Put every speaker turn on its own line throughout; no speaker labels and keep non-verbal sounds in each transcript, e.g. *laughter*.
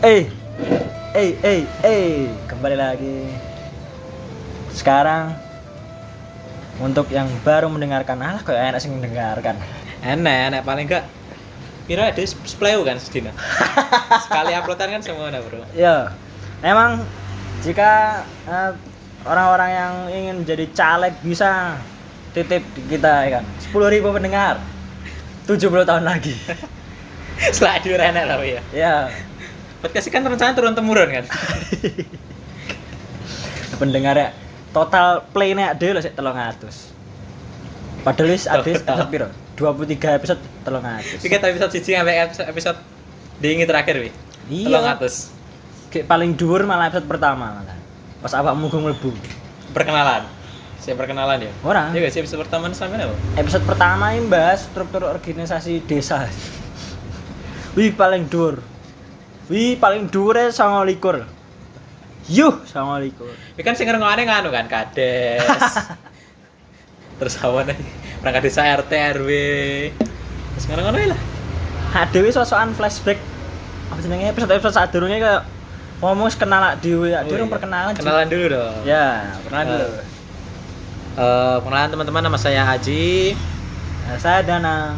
Eh, eh, eh, eh, kembali lagi. Sekarang untuk yang baru mendengarkan, alah kok enak sih mendengarkan.
enak enak paling enggak piro ada splayu kan
*laughs*
sedina sekali uploadan kan semua nah bro
Ya, emang jika eh, orang-orang yang ingin menjadi caleg bisa titip di kita ya kan. 10.000 pendengar. 70 tahun lagi. *laughs*
setelah di enak lah ya
ya,
podcast ini kan rencana turun temurun
*laughs*
kan
pendengarnya ya, total play-nya ya, ada lho sik 300. Padahal wis ada episode piro? 23 episode 300.
tiga episode siji sampai episode, episode diingi terakhir wi
Iya.
Telung atus.
Kayak paling dhuwur malah episode pertama malah. Pas awakmu gue mlebu.
perkenalan saya perkenalan ya
Ora.
Iya, sih episode pertama sampe apa?
Episode pertama ini bahas struktur organisasi desa. Wih paling dhuwur. Wih paling dhuwure 29. Yuh 29.
Ini kan sing ngrungokne nganu kan kades.
*laughs*
Terus awane perangkat desa RT RW. Terus ngono-ngono lah.
Adewe sosokan flashback apa jenenge episode-episode sadurunge kayak ngomong wis kenal ak dhewe, ak
Oh,
dhewe
iya.
perkenalan. Ci.
Kenalan dulu dong.
Ya, perkenalan
Eh.
dulu.
Eh, perkenalan teman-teman nama saya Aji
Nah, saya Danang.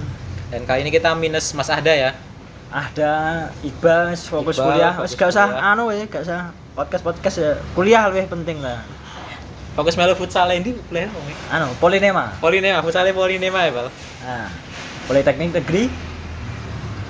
dan kali ini kita minus Mas Ahda ya.
Ada Iqbal wis fokus
Iqbal,
kuliah. Wis gak
fokus
usah
kuliah.
anu ya, gak usah podcast-podcast ya. Kuliah lebih penting lah.
Fokus melu futsal ini player wong iki.
anu polinema
Polinema, futsalnya Polinema ya, Bal.
nah, politeknik negeri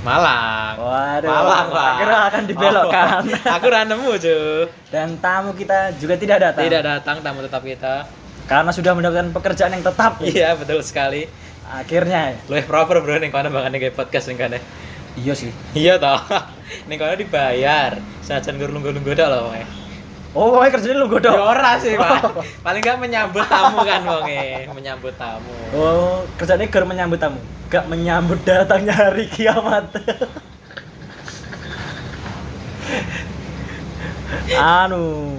Malang.
Waduh,
Malang, Pak.
akhirnya akan dibelokkan.
Oh, aku udah nemu, cuy.
dan tamu kita juga tidak datang
Tidak datang tamu tetap kita.
karena sudah mendapatkan pekerjaan yang tetap
Iya, betul sekali.
akhirnya
Luwih proper, Bro, ning kono bangane kayak podcast ning kono.
iya sih
Iya toh. *laughs* Ning kono dibayar. Sajan gurung-gurung goda loh wong.
oh pokoknya kerjanya lu
Ya
godok Oh.
ora sih, ya. Pak. Paling enggak menyambut tamu kan wong e, menyambut tamu.
oh kerjanya ger menyambut tamu gak menyambut datangnya hari kiamat anu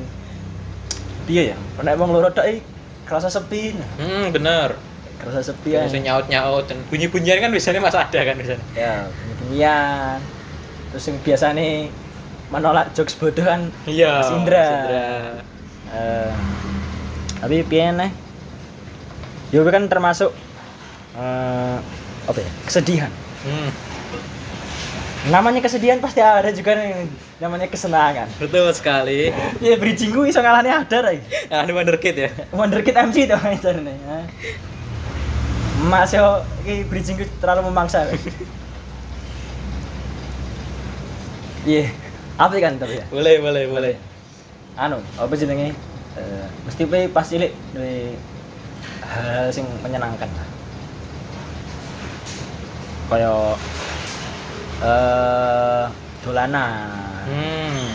iya ya nek wong loro tok iki kerasa sepi
Hmm, bener.
kerasa sepi ya
Biasanya nyaut-nyaut dan bunyi-bunyian kan biasanya Mas ada kan biasanya.
ya demikian terus yang biasa nih menolak jokes bodoh kan
Iya.
Mas Indra.
Mas Indra.
Eh, tapi pian nih ya gue kan termasuk eh apa ya kesedihan
Hmm,
namanya kesedihan pasti ada juga nih namanya kesenangan
betul sekali. *laughs*
ya bridging gue iso ngalahnya ada lagi
Anu wonderkid ya.
wonderkid MC *laughs* tuh itu nih ya. Mas yo, ini bridging gue terlalu memangsa. Ray. Iya, apa kan tapi ya?
Boleh, boleh, boleh.
anu apa jenenge Eh, mesti pe pas cilik duwe hal sing menyenangkan lah kaya eh dolanan
Hmm.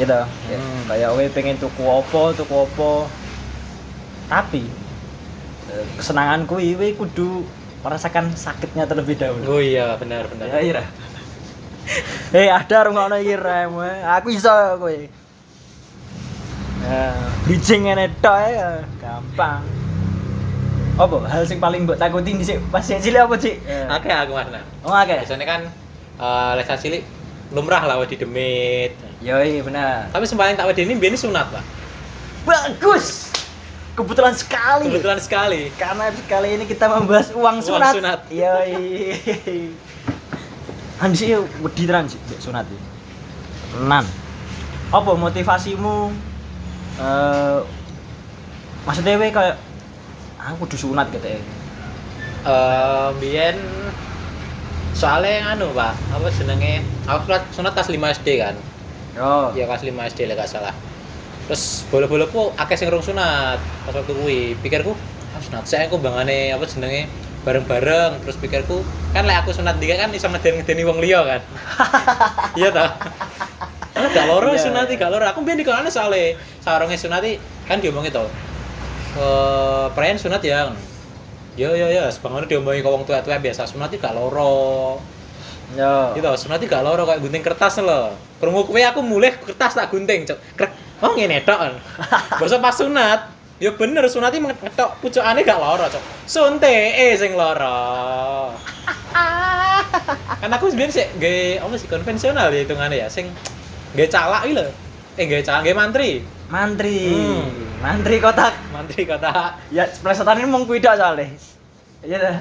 gitu Ya,
Hmm.
kaya we pengen tuku opo tuku opo tapi eh, kesenangan kuwi we kudu merasakan sakitnya terlebih dahulu
Oh iya, benar, benar.
Ya ira. Hei, ada rungokno iki rem. eh. Aku iso kowe. Ya, bridging ngene tok ae, eh, gampang. Apa hal sing paling mbok takuti dhisik pas sik cilik apa, Cik?
Oke, aku Mas. Nah.
Oh, akeh.
Biasanya kan eh lesa cilik lumrah lah wedi demit.
Yo, iya bener.
Tapi sembahyang tak wedi ini biasanya sunat, Pak.
Bagus. Kebetulan sekali.
Kebetulan sekali.
Karena episode kali ini kita membahas uang
Uang
sunat.
sunat.
Yo. Anji yo wedi tenan Kan sih Mbak sunat iki. Tenan. Apa motivasimu? Eh maksudnya we kayak aku kudu sunat gitu ya.
Eh biyen soalnya yang anu, Pak. Apa jenenge? Aku sunat, sunat kelas 5 SD kan.
Oh.
Iya, kelas 5 SD lah gak salah. Terus bolo-boloku akeh sing rung sunat pas waktu kuwi. Pikirku, ah sunat saya aku bangane apa jenenge? bareng-bareng terus pikirku kan lek aku sunat dia kan iso ngeden-ngedeni wong liya kan. iya ta? gak loro
Iya,
sunati,
iya.
gak loro. Aku mbiyen dikolane soalé sarunge sunati kan diomongi to. Eh, perayaan sunat ya. Yo yo yo, sebangun diomongi ke wong tua-tua biasa sunati gak loro.
Yo.
Gitu, sunati gak loro kayak gunting kertas lho. Krungu kowe aku mulih kertas tak gunting, cok. Krek. Oh ngene tok. Basa pas sunat, ya bener sunati e, ngetok pucukane gak loro, cok. Sunte eh sing loro. kan aku sebenarnya sih gay apa sih konvensional ya hitungannya ya sing gay calak gitu lho. eh gay calak gay mantri
Mantri.
Hmm.
Mantri kotak.
mantri kata
Ya plesetan ini mung kuidak soalnya. Iya dah.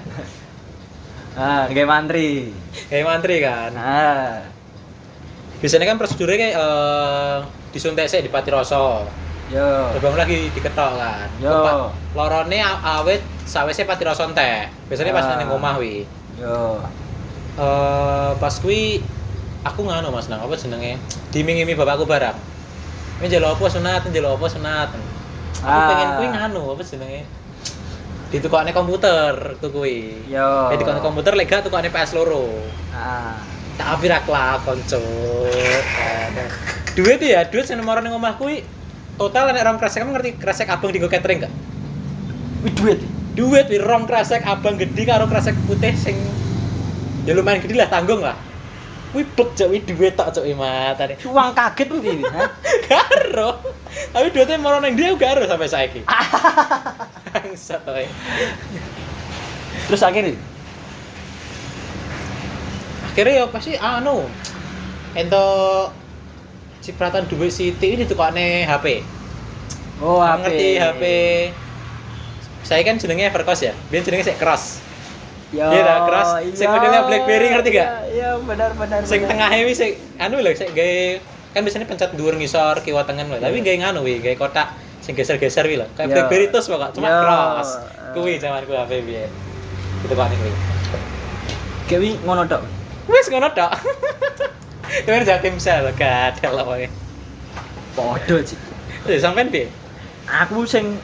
Ah, nggih mantri.
gay mantri kan
Nah,
biasanya kan prosedurnya kayak eh, disuntik sih di pati rasa
yo.
Lubang lagi diketok kan.
Yo.
Kepa- Lorone a- awet sawise pati rasa entek. Biasane pas
Ah.
nang omah wi.
Yo.
Eh pas kuwi aku ngano Mas nang apa jenenge? Dimingi-mingi bapakku barang. Ini jelo apa sunat, ini jelo apa sunat. Aku
Ah.
pengen kuwi ngano apa jenenge? Ditukokne komputer tuh kuwi.
Yo.
Eh ditukokne komputer lega tukokne PS loro.
Ah.
Tak apir aku lakon,
*laughs*
Cuk. Duit ya, duit sing nomor ning omah kuwi total nek orang kresek kamu ngerti kresek abang digo catering gak?
Wih duit.
duit wi rom kresek abang gede karo kresek putih sing ya lumayan gede lah tanggung lah wih bek cok wih duit tak cok imat tadi *laughs*
Uang kaget wih ini, *laughs* ha?
garo tapi duitnya mau neng dia garo sampai saiki bangsat oi
Terus akhirnya
akhirnya ya pasti anu ento cipratan duit siti ini tuh HP
Oh,
Kamu
HP.
ngerti HP saya kan jenenge Evercross ya dia jenenge sik cross
Yo.
Iya dah, keras. Sing modelnya BlackBerry, ngerti gak?
Iya, benar benar.
sing
benar.
tengahnya wis sing- anu lho sing gawe kan biasanya pencet dhuwur ngisor kiwa tengen lho tapi gawe nganu wi gawe kotak sing geser-geser wi lho kayak
Yo.
BlackBerry terus pokok cuma
Yo.
cross kuwi zaman ku HP biyen itu kan kuwi
Kayak wih ngono tok.
wis ngono tok Kemarin jatim sel, kadal lah pokoknya
Podo sih.
Terus sampean piye?
Aku sing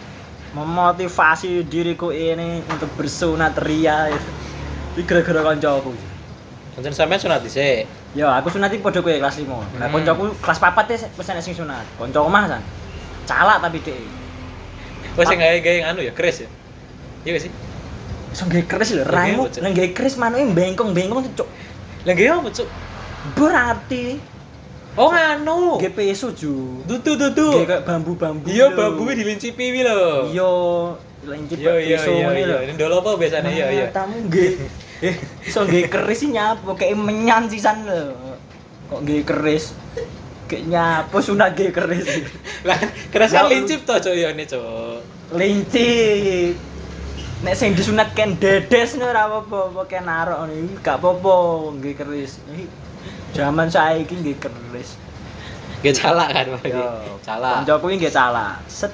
memotivasi diriku ini untuk bersunat ria itu. Ini gara-gara kancaku.
Jangan sampean sunat dhisik.
Ya, aku sunat iki padha kowe kelas 5. Nah,
Hmm.
koncoku kelas 4 ya wis enek sing sunat. Konco omah san. Calak tapi dhek.
Wis sing gawe gawe nganu ya, Chris ya. Iya gak sih.
Iso nggae keris lho, raimu.
Iya, bocah.
Nang nggae keris manuke bengkong-bengkong cuk.
Lah gawe apa, Cuk?
Bur ngerti.
Oh nganu.
Nggae peso ju.
Dudu
Nggae
dudu.
kayak bambu-bambu.
Iya,
lho.
babuke dilincipi wi lho.
Iya, lanjut
Iya iya
peso
iya
ngene
iya.
lho.
Ini dolo apa biasanya? Iya Eh. iya.
Tamu nggih. Iso nggih keris sih nyapu kayak menyan sisan lho. Kok nggih keris? Kayak nyapu sunat nggih keris.
Lah, keras
Nggak-
kan lincip toh cok ya ini cok.
Linci. Nek sing disunat kan dedes ngono ora apa-apa, kan narok ngono Ih, gak apa-apa nggih keris. Ih, Zaman saiki nggih keris.
Gak calak kan berarti.
Yo,
Calak.
Kancaku iki nggih calak. Set.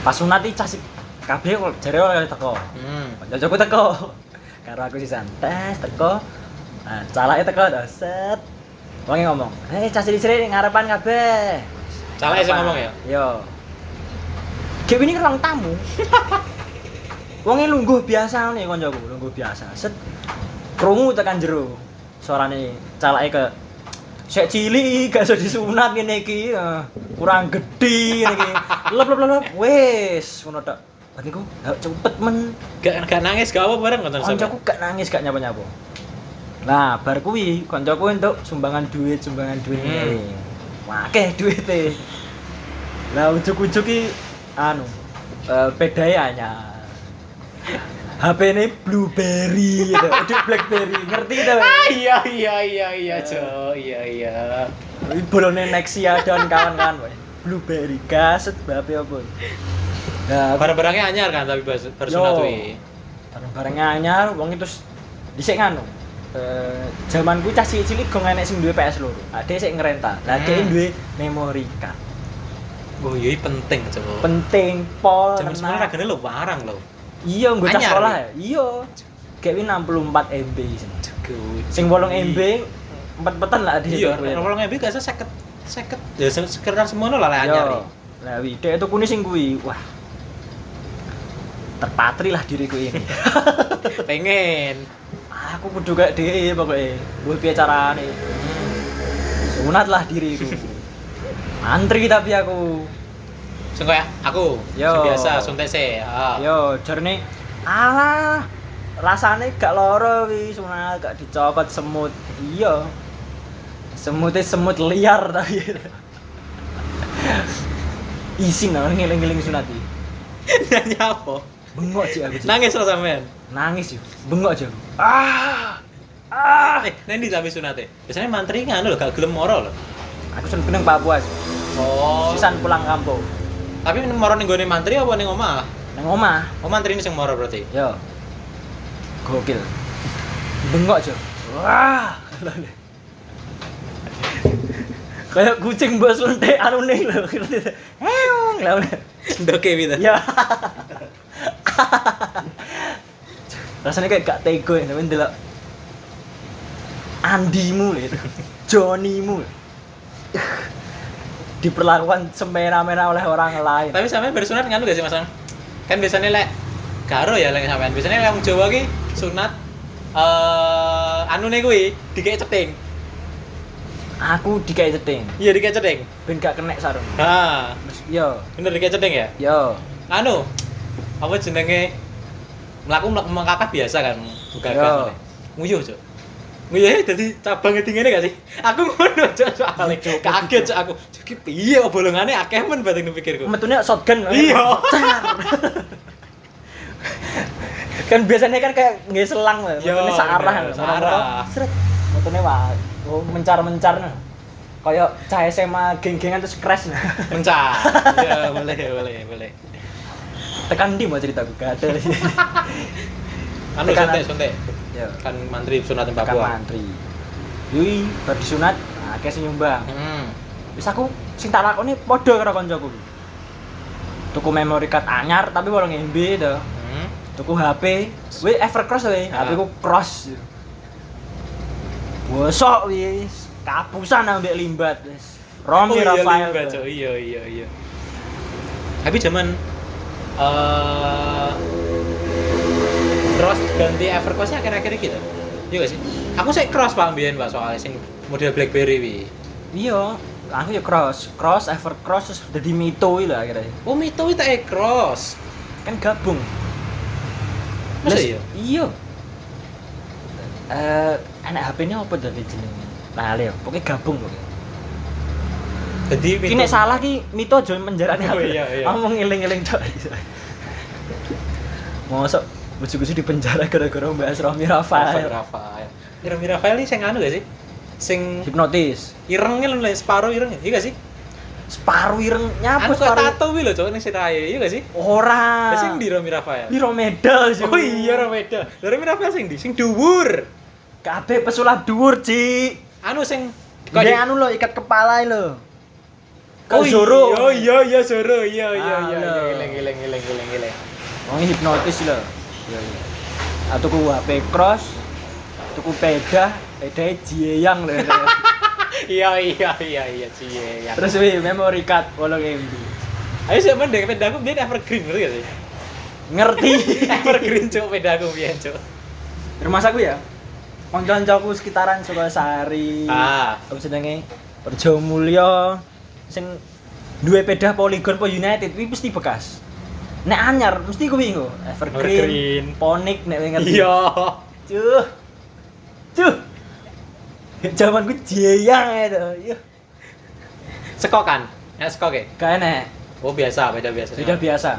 Pas sunat iki casik kabeh kok jare ora kali teko.
Hmm.
Kancaku teko. Karo aku sih santai teko. Nah, calake teko to set. Wonge ngomong, "Hei, cas cilik ngarepan kabeh."
Calak sing ngomong ya.
Yo. Dewi ini ruang
*laughs*
tamu. Wonge lungguh biasa nih koncoku, lungguh biasa. Set krungu tekan jero. Suarane calake ke Sek cili gak iso disunat ngene iki. eh, Kurang gedhi ngene iki.
*laughs*
Lep lep lep, lep. Wis ngono tok. Bar niku gak cepet men.
Gak gak nangis gak apa bareng nonton sama.
Koncoku gak nangis gak nyapa-nyapa. Nah, bar kuwi koncoku entuk sumbangan duit, sumbangan duit
Hmm.
ngene. Wakeh duite. Lah ujuk-ujuk ki anu eh pedhae anyar. HP ini blueberry, gitu. Aduh, blackberry, ngerti kita?
Ah, iya iya iya
Ya.
iya cok. Iya iya.
Ini bolone Nexia dan kawan-kawan, woy. blueberry, gaset, bape apa? Nah,
Barang-barangnya anyar kan tapi bas-
Yo.
bersunat wi.
bareng-bareng anyar wong itu s- dhisik nganu eh zaman kuwi cah cilik-cilik gong enek sing duwe PS loro ade sik ngerental lah
Hmm.
dhek duwe memori card
Oh iya ini penting cok.
penting pol
Zaman
tenang.
sekolah ragane lo barang lo.
iya nggo cah
Anyar,
sekolah
ya?
ya iya kayak wih 64 MB sing.
Cukup.
sing 8 MB empet-empetan lah ade
Iya,
tuku ya.
kalau ngambil gak usah seket seket ya se- sekitar semono lah lah anyar.
Yo, lah wi dhek itu kuning sing kuwi wah terpatri lah diriku
*laughs*
ini
*laughs* Pengen.
aku kudu kayak dhek pokoknya gue piye carane
Hmm.
sunatlah diriku antri tapi aku
Sing kayak ya, aku,
Yo.
sing biasa suntik sih. Ah.
yo jarne alah rasane gak loro wi sunat gak dicokot semut iya semutnya semut liar tapi isin lah ngiling-ngiling sunat iki.
*laughs* Nyanyi apa?
bengok sih aku Ci.
Nangis lo sampean.
nangis yo bengok aja aku ah Ah,
Eh, nanti tapi sunate. Biasanya mantri kan lho gak gelem moro lho.
aku seneng peneng Papua. sih.
Oh.
Sisan pulang kampung.
Tapi moro ning gone mantri apa ning omah?
Nang omah.
Oh, mantri ini sing moro berarti.
Yo. Ya. Gokil. Bengok, Jo. Wah. Kayak kucing bos lentik anu nih lho. Heung lho.
*laughs* Ndoke gitu.
Ya. Rasanya kayak gak tego ya, tapi ndelok Andimu lho itu. Jonimu. Diperlakukan semena-mena oleh orang lain.
Tapi sampe bersunat kan gak sih Mas? Am? Kan biasanya lek karo ya lek sampean. Biasanya lek wong Jawa ki sunat eh anu nih kuwi dikek ceting.
Aku dikai ceting,
Iya dikek ceting.
ben gak kena sarung.
Ha,
Yo,
bener dikek ceting ya?
yo.
Anu. Apa jenenge? Mlaku mlak- mengkakak biasa kan. Bukan
Yo.
kan. Nguyuh, Cuk. Nguyuh dadi cabang ngeding ngene gak sih? Aku ngono, Cuk, soalnya
Cuk,
kaget Cuk aku. Cuk iki piye kok bolongane akeh men batin pikirku.
metunya shotgun kan?
Iya.
kan biasanya kan kayak nggak selang lah
Iya,
metunya searah
bener,
lah. Metunya
searah.
kok, seret metunya wah oh, mencar mencar nih kayak cah SMA geng-gengan terus crash nah. *laughs*
Mencah. Ya, boleh, boleh, boleh.
tekan di mau cerita gue gak ada
Anu
Tekanan.
suntik, suntik.
ya
Kan mantri sunat di
tekan
Papua.
mantri yui baru disunat nah, kayak nyumbang
Hmm.
terus aku sing tak lakoni podo karo koncoku tuku memory card anyar tapi walau ngembe tuh
Hmm.
tuku HP, gue Evercross gue,
Ah.
HP ku cross. Bosok wis, kapusan ambek limbat wis. Romi
iya,
Rafael.
limbah, Cuk. Iya, iya, iya. Tapi zaman eh cross ganti Evercross akhir-akhir gitu. Iya gak sih? Aku sih cross Pak mbiyen Pak soalnya sing model BlackBerry wi.
Iya, aku ya cross, cross Evercross terus dadi Mito iki lho akhirnya.
Oh, Mito itu eh cross.
Kan gabung.
Masa
Terus-
iya?
Iya. Eh, anak HP-nya apa dadi jenenge? Lali, ya, pokoknya gabung pokoknya.
Jadi
Ki nek salah ki Mito aja menjarane
Oh,
aku.
iya, iya.
Aku mau ngiling-ngiling tok. Mosok ujug-ujug di penjara gara-gara bahas Romi
Rafael.
Rafael.
Rafael. Ireng Rafael ini sing anu gak sih? Sing
Hipnotis.
irengnya lho lho, separuh ireng. Iya gak sih?
Separu ireng
Anu
nyapa
kok
separu.
tato wi lho cok ning sirahe. Iya gak sih?
Ora.
Lah sing di Romi Rafael.
Ah. Di Romedal sih.
Oh iya Romeda. Lah Romi Rafael sing di sing dhuwur.
Kabeh pesulap dhuwur, Ci.
Anu sing
Kayak anu lho ikat kepala lho.
Oh
Kau
iya,
Zoro.
Oh iya iya Zoro. Iya iya iya.
Halo.
Gileng gileng gileng gileng gileng.
Wong hipnotis lho. Iya iya. Atau ku HP cross, tuku peda, peda jieyang E
*laughs*
lho.
Iya iya iya iya cie. ya.
Terus wih memory card 8 MB.
Ayo sih men dek peda aku biyen evergreen ngerti *laughs* gak sih?
Ngerti.
Evergreen cok peda aku biyen cok.
Rumah aku ya. Konco-koncoku sekitaran Sukasari.
Ah.
Apa jenenge? Perjo Mulyo sing duwe pedah Polygon po United kuwi mesti bekas. Nek anyar mesti kuwi engko.
Evergreen.
Evergreen, Ponic nek kowe ngerti.
Iya.
Cuh. Cuh. Zaman ku jeyang itu. Yuh.
Sekok kan? Ya sekok ya.
Gak enak.
Oh biasa peda biasa.
Sudah biasa.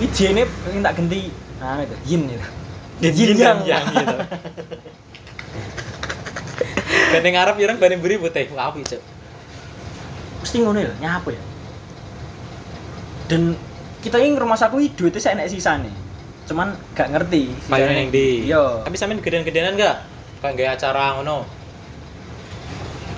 Ini jene pengen tak ganti. Nah, itu yin itu.
Yin yin yang yang *laughs* gitu. Banding Arab ireng banding buri putih. Wah, api cok.
mesti ngono lho, nyapa ya. Dan kita ini rumah saku ini duitnya saya enak sisa nih. Cuman gak ngerti.
Bayar yang di.
Yo.
Tapi sampean gedean-gedeanan enggak? Kayak gaya acara ngono.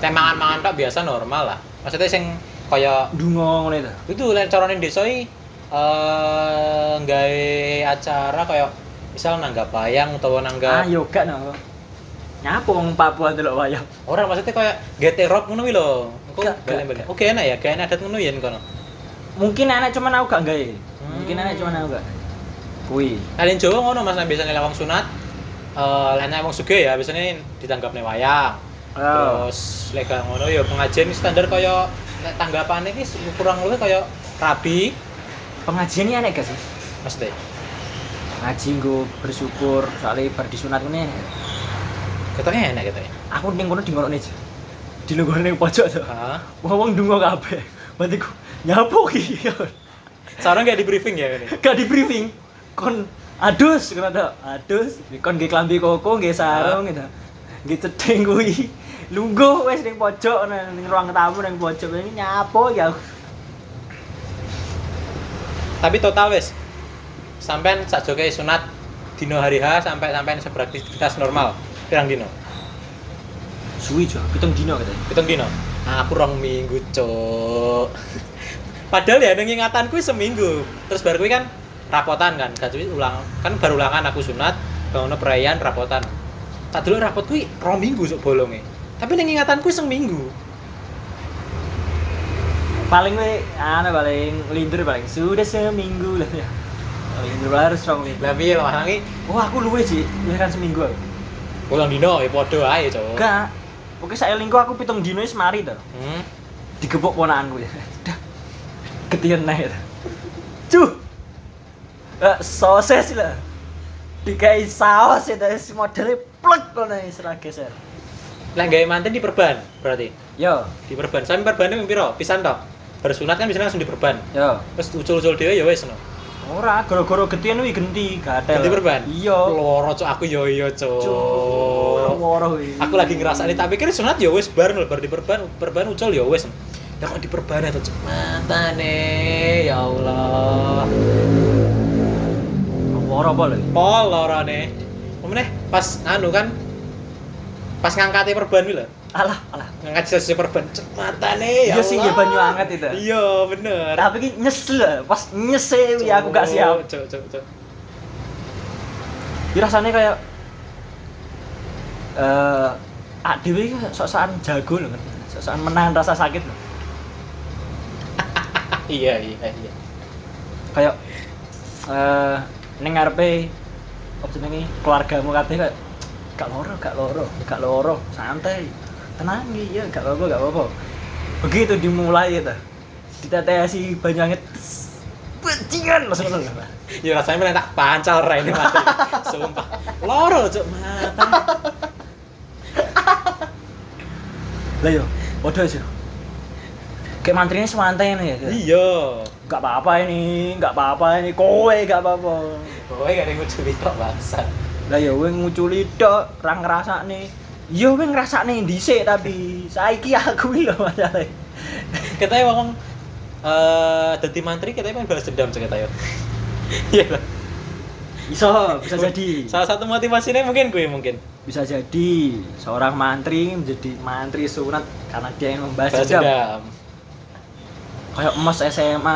Teh mangan-mangan tak biasa normal lah. Maksudnya sing kaya
Dungo ngono itu.
itu lain carane desa iki eh gawe acara kaya misal nanggap bayang atau
Ah,
nanggap
yo gak no. Nyapa wong Papua delok wayang.
orang maksudnya kaya gete rock ngono kuwi lho. Engko
Gak, gak,
balen-balen. Oke enak ya, gaya adat ngono ya kono.
Mungkin enak cuman aku gak gawe. Mungkin
Hmm.
enak cuman aku gak. Kuwi.
Kalian Jawa ngono Mas nah, biasanya lawang sunat. Eh lainnya wong sugih ya biasanya ditanggapne wayang.
Oh.
Terus lega ngono ya pengajian ini standar kaya nek tanggapane iki kurang luwih kaya rabi
Pengajian ini enak gak sih?
mesti.
Ngaji nggo bersyukur soalnya bar disunat ngene.
Ketoknya enak ketoknya.
Aku ning kono di ngono aja. Di ngono ning pojok tuh.
Heeh.
Wong dungo kabeh. Berarti ku nyapo ki.
Sekarang gak di briefing ya ini.
gak di briefing kon adus ngono to adus kon nggih klambi koko nggih sarung gitu nggih cedhing kuwi lungguh wis ning pojok nang ning ruang tamu ning pojok ini nyapo ya
Tapi total wis. Sampean sakjoke sunat dino hari H sampai sampean beraktivitas normal. Pirang dino?
suwi jo pitung dino katanya
Pitung dino. Aku rong minggu, Cuk. Padahal ya ning ingatanku seminggu. Terus baru kuwi kan rapotan kan, gak cuy, ulang. Kan baru ulangan aku sunat, bangun perayaan rapotan. Tak dulu rapot kuwi rong minggu sok bolonge. Tapi ning ingatanku seminggu.
paling we ana paling lindur paling sudah seminggu lah ya lindur harus strong lindur
Lah piye lah iki?
oh aku luwe sih ya kan seminggu aku
Ulang dino ya padha ae, Cuk.
enggak oke saya lingku aku pitung dino wis mari to
Hmm.
digebok ponakan gue udah ketian naik cuh Eh, sosis lah dikai saos itu es modelnya plek kalau naik serah geser
Lah gawe manten diperban berarti.
yo
Diperban. Sampe perbannya mung piro? Pisan tok. Baru sunat kan bisa langsung diperban.
yo
Terus ucul-ucul dhewe ya wis no.
ora goro-goro getian wih genti gatel
Ganti perban.
iya
Loro cok aku yo yo
Cuh,
cok.
loro wih
Aku lagi ngerasani tak pikir sunat ya wis bar no. bar diperban, perban ucul ya wis. Lah kok diperban ya cok. Matane ya Allah.
loro apa lho
Pol Oh, lorone. Pemeneh pas anu kan pas ngangkate perban kuwi lho.
alah alah
Ngangkat sisi perban. Cek matane ya.
Iya sih,
Allah.
ya banyu anget itu.
Iya, bener.
tapi ki nyesel pas nyesel wih aku gak siap
Cuk, cuk, cuk.
Jadi rasanya kayak eh uh, Dewi sok-sokan jago loh, ngerti? sok-sokan menahan rasa sakit loh.
Ah, iya, iya, iya.
Kayak eh ning ngarepe apa jenenge keluargamu kabeh kayak gak loro, gak loro, gak loro, santai. Tenang iki ya, gak apa-apa, gak apa-apa. Begitu dimulai itu. Ditetesi banyak bajingan langsung ngono lho.
Ya rasanya malah tak pancal ra
*laughs*
ini mati. Sumpah. Loro cuk mata.
Lah yo, padha sih. Kayak mantrine semantai ini ya. gitu.
Iya.
Gak apa-apa ini, gak apa-apa ini, kowe gak apa-apa.
Kowe gak ada ngucu tok bangsa.
Lah ya kowe nguculi tok, ra ngrasakne. Iya kowe ngrasakne dhisik tapi saiki aku iki lho masalahe.
Katanya wong eh dadi mantri katanya pengen balas dendam cek katanya. Iya lah.
Iso, bisa jadi.
Salah satu motivasinya mungkin gue mungkin.
Bisa jadi seorang mantri menjadi mantri sunat karena dia yang membahas
Balas
dendam.
dendam.
Kayak emas SMA.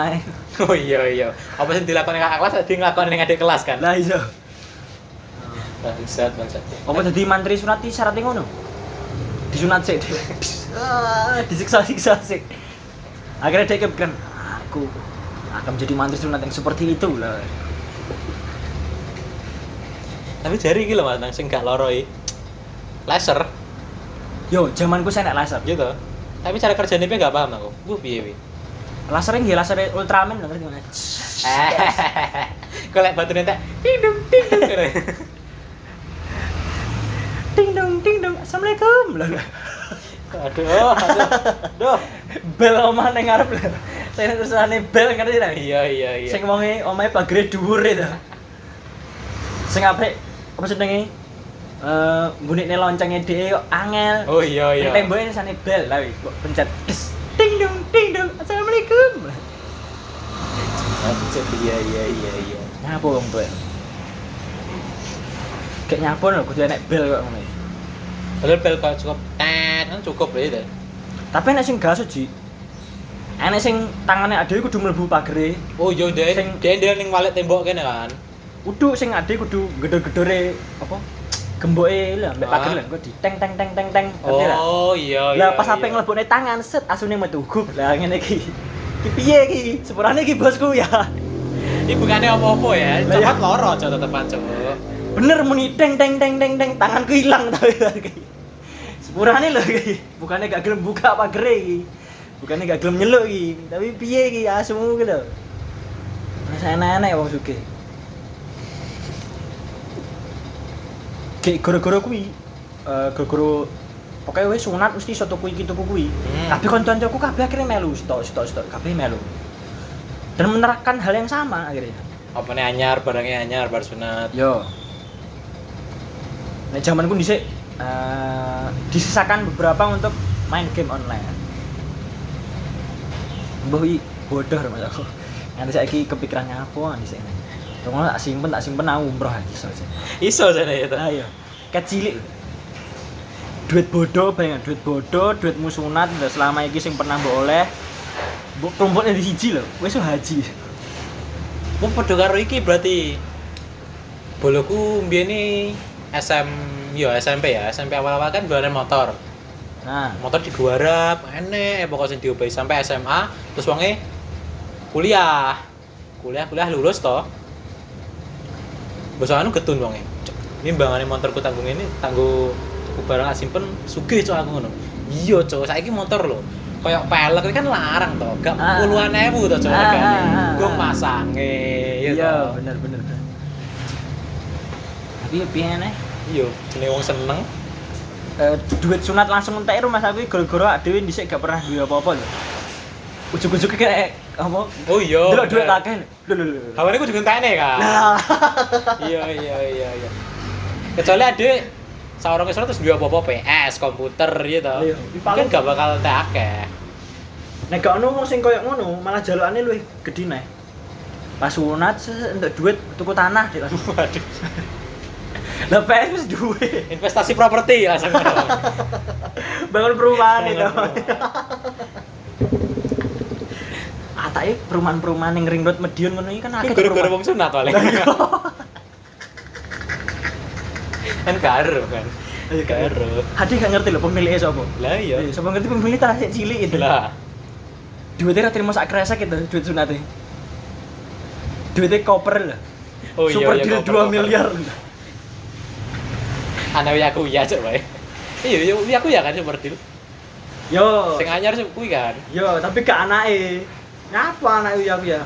Oh iya iya. Apa sih dilakukan kakak kelas tadi ngelakuin yang adik kelas kan?
Lah iso.
Bangsat bangsat.
Apa jadi mantri sunat iki syaratnya ngono? Disunat sik. Ah, Disiksa-siksa sik. Akhirnya dia kepikiran, aku akan menjadi mantri sunat yang seperti itu lah.
Tapi jari iki lho Mas nang sing gak loro iki. Laser
Yo, zamanku saya naik laser.
gitu. Tapi cara kerjanya gue gak paham aku. Gue piye *laughs* piye.
Lasernya nggih laser Ultraman lho ngerti mana?
Kau lek batu nentek, ting dong ting dong.
Ting dong ting dong. Assalamualaikum. Lah.
Aduh, aduh, aduh.
Bel omah ning ngarep lho. Saya terusane bel ngerti ta?
Iya iya iya.
Sing wonge omahe pagere dhuwur itu. Sing apik apa jenenge? Eh, bunine loncengnya dhewe e kok angel.
Oh iya iya.
Ning temboke tulisane bel lah wis kok pencet. Des. Ting dong ting dong. Assalamualaikum.
Aduh, Iya iya iya iya.
Nyapo wong tuwa. Kayak nyapo lho kudu enek bel kok ngene.
Padahal bel kok cukup, tet kan cukup loh itu.
Tapi enek sing gasu ji. Enek sing tangane ade kudu mlebu pagere.
Oh iya dia
Sing-
dia dia ning balik tembok kene kan.
Kudu sing ade kudu gedor-gedore apa? Gemboke lho mbek
Ah.
pagere lho engko di teng teng teng teng teng. Ngerti nggak?
Oh iya
Lah
iya.
pas
iya.
sampe nglebone tangan set asune metu guk. Lah ngene iki. Ki piye iki? Sepurane iki bosku ya.
Ini bukannya apa-apa ya.
Lah,
Cepat
iya.
loro kan, aja tetepan coba.
Bener muni teng teng teng teng teng tanganku ilang tapi iki. ya. Sepurane lho iki. Bukannya gak gelem buka pagere iki. Bukannya gak gelem nyeluk iki. Tapi piye iki asumu iki lho. Wis enak-enak ya, wong sugih. kayak gara-gara kuwi eh gara-gara pokoknya wis sunat mesti iso tuku iki tuku kuwi
Hmm.
kabeh kanca-kancaku kabeh akhirnya melu stok stok stok kabeh melu dan menerapkan hal yang sama akhirnya
apa nih anyar barangnya anyar bar sunat
Yo. Nah, zamanku dhisik eh, disisakan beberapa untuk main game online. Mbah iki bodoh Mas aku. Nanti saiki kepikiran apa dhisik. Tunggu tak simpen tak simpen aku umroh aja selesai.
iso sana ya tuh
Ayo. Kecilik. Duit bodoh bayangan duit bodoh, duit musunat ndak selama iki sing pernah mbok oleh. Mbok kelompoknya di siji lho, wis so haji.
mau podo karo iki berarti boloku mbiyen nih SM yo SMP ya SMP awal-awal kan jualan motor
Nah,
motor diguarap enek pokoknya sing diobahi sampai SMA terus wonge kuliah kuliah kuliah lulus toh besok anu ketun wonge Cuk, ini bangane motorku tanggung ini tangguh tuku barang tak simpen sugih cok aku ngono iya cok saiki motor lho koyok pelek ini kan larang toh gak
Ah.
puluhan ewu toh cok
Ah,
hargane.
ah, ah,
Gua
ah.
masange ya toh
iya bener bener. bener. Tapi piye nih?
iya jenenge wong seneng
Eh, duit sunat langsung entek e rumah aku iki gara-gara dhewe dhisik gak pernah duwe apa-apa lho. Ujug-ujug kayak apa?
oh iya
Delok duit
bener.
akeh lho. Lho lho lho. lho.
Hawane ku juga entene kan.
Nah,
iya iya iya iya kecuali ada seorang kesana terus dua apa-apa PS komputer gitu
Iya.
mungkin gak bakal tak akeh
nek gak ono wong sing koyo ngono, malah jalukane luwih gedhi neh. Pas sunat se- entek duit tuku tanah dik langsung.
waduh
Lah PS wis duwe.
investasi properti langsung dong.
Bangun perumahan
Bangun
itu.
perumahan.
Atake Ah, e perumahan-perumahan ning ring road Medion ngono iki kan akeh
Itu
tuh
gara-gara
perumahan.
wong sunat paling
iya.
kan karo kan
Ayo,
karo
Hadi gak ngerti lho pemiliknya sapa.
lah iya
Eh, Sapa ngerti pemilik tanah sik cilik itu.
lah
duitnya ra terima sak kresek gitu duit sunatnya duitnya koper lah
oh iya
super
iya,
deal 2
koper, koper.
miliar
anak wi aku ya coba ya iya iya wi aku ya kan super deal
yo
sing anyar sih kuwi kan
yo tapi ke anaknya ngapa anaknya ya aku ya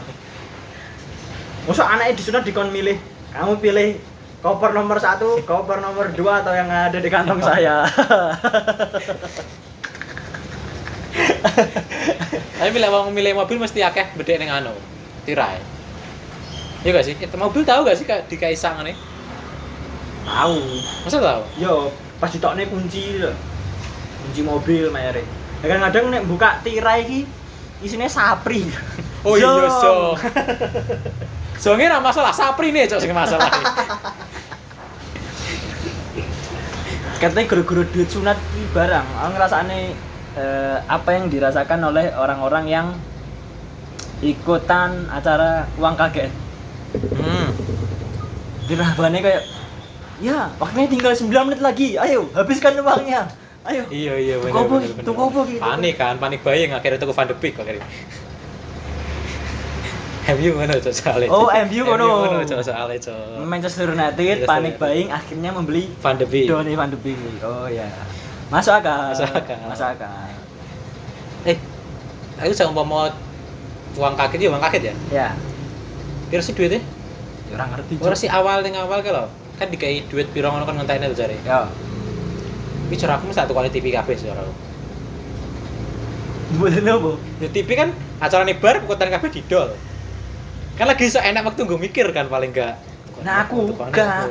masa anaknya disunat dikon milih kamu pilih koper nomor satu koper nomor dua atau yang ada di
*laughs*
kantong saya
Tapi bila mau milih mobil mesti akeh bedek ning anu, tirai. Iya gak sih? Eh, mobil tahu gak sih Kak, di kaisang nih?
tahu
Masa tahu?
yo pas ditokne kunci lho kunci mobil mayare ya kan kadang nek buka tirai iki isinya sapri
*laughs* Oh iya,
Zong.
so. Soalnya ra masalah sapri nih cok sing
*laughs*
masalah.
*laughs* katanya guru-guru duit sunat ini barang aku ngerasane eh, apa yang dirasakan oleh orang-orang yang ikutan acara uang KGN
hmm.
dirahbane kayak ya waktunya tinggal 9 menit lagi ayo habiskan uangnya ayo
Iya iya
Tuku
bener.
apa
bener,
iki?
bener.
Tuku apa iki? Tuku-
Panik kan, panik buying akhirnya tuku Van de Beek akhirnya. *laughs* MU ngono cok soalnya.
Oh, MU ngono.
cok soalnya cok.
Manchester United
Manchester
panik
United.
buying akhirnya membeli
Van de Beek.
Donny van de Beek oh ya masuk akal
Iya. Masuk akal.
masuk akal
Eh, aku sama mau uang kaget ya, uang kaget ya.
ya
Kira sih duitnya?
ya orang ngerti
Ora sih awal ning awal ke lho. Kan dikai duit piro ngono kan ngenteni to jare.
ya
Iki cara aku satu kali TV kabeh sih cara aku.
buat apa
Ya TV kan acara bar kuatan kabeh didol. Kan lagi iso enak waktu gue mikir kan paling enggak.
Nah, aku enggak.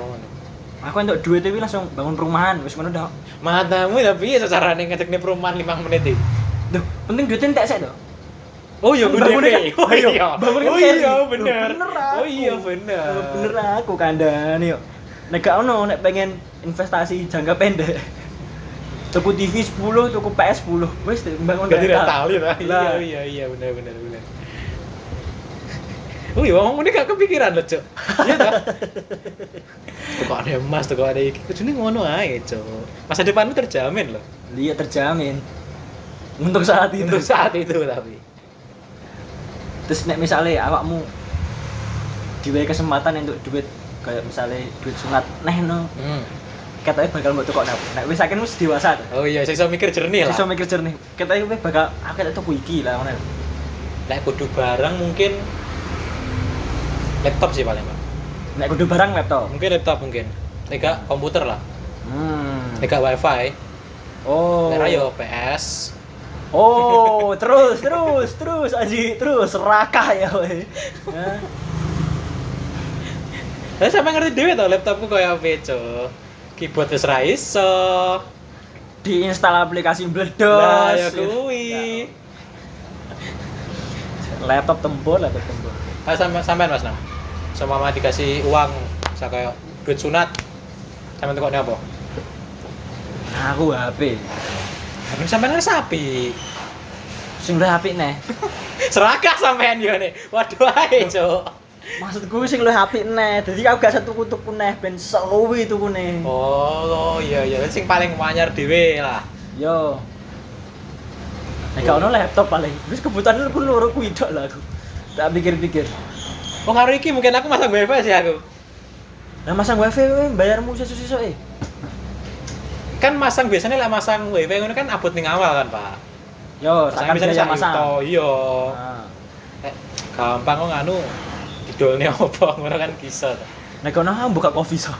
aku untuk duit itu langsung bangun perumahan wis ngono dah
Matamu tapi ya carane ngecek nih perumahan 5 menit iki.
Duh, penting duitnya entek sik to.
Oh iya
Bangun kan?
bener. Oh *laughs* iya.
bangun kan
Oh iya
seri.
bener.
Loh, bener aku.
Oh iya bener.
Loh, Bener aku kandhane yo. Nek gak ono nek pengen investasi jangka pendek. Tuku TV 10, tuku PS 10. Wis bangun
Ganti
rental.
rental ya. Pak. Iya
Oh, Lah.
iya iya bener bener bener. Oh iya, ngomong ini gak kepikiran loh, Cuk. Iya
*laughs*
toh? Kok ada emas, kok ada iki. Kudune ngono ae, Cuk. Masa depanmu terjamin loh.
Iya terjamin. Untuk saat itu.
Untuk saat itu tapi.
Terus nek misalnya awakmu diberi kesempatan untuk duit kayak misalnya duit sunat neh no katanya bakal mbok tukok nabung. Nek wis saking wis dewasa to.
Oh iya, saya iso mikir jernih
Iso
lah.
mikir jernih. Katanya wis bakal aku tak tuku iki lah ngono. lho.
Lek kudu barang mungkin laptop sih paling, Pak.
Nek kudu barang laptop.
Mungkin laptop mungkin. Lek gak komputer lah.
Hmm.
Lek gak wifi,
Oh.
lek ra yo PS.
Oh, terus, terus, terus, Aji, terus, serakah ya, weh. Hah?
Lah sampe ngerti dhewe to laptopku koyo opo, Cuk. Keyboard wis ra iso.
diinstal aplikasi
Lah ya
meledos
kuwi.
laptop tempur laptop tempur
Ah sampe sampean Mas Nam. Sama mama dikasih uang sak koyo duit sunat. Sampean tekokne apa?
aku HP
Tapi sampean kan sapi.
sing luwih apik neh
Serakah sampean yo nek. Waduh ae, Cuk.
maksudku sing luwih apik neh dadi aku gak satu kutub neh ben seluwi tukune
Oh, iya iya sing paling wanyar dhewe lah.
yo Nek gak ono laptop paling. Wis kebutuhan aku loro kuwi tok lah aku. Tak pikir-pikir.
Oh, karo iki mungkin aku masang wifi sih aku.
Lah masang wifi kowe bayarmu sesuk-sesuk e.
Kan masang biasanya lah masang wifi ngono kan abot ning awal kan, Pak.
Yo,
Saya
sakan
bisa
bisa masang.
masang. Iya.
Nah.
Eh, gampang kok nganu idolnya apa *laughs* ngono kan kisah tuh.
Nek ono aku buka coffee
*laughs*
shop.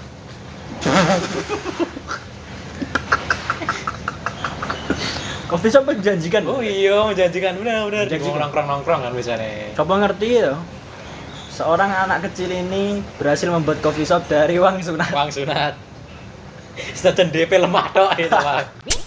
coffee shop menjanjikan.
oh iya menjanjikan bener bener di
Menjanjikan.
nongkrong nongkrong kan biasanya
Coba ngerti ya. Seorang anak kecil ini berhasil membuat coffee shop dari uang sunat.
uang sunat sejajan DP lemah tok itu pak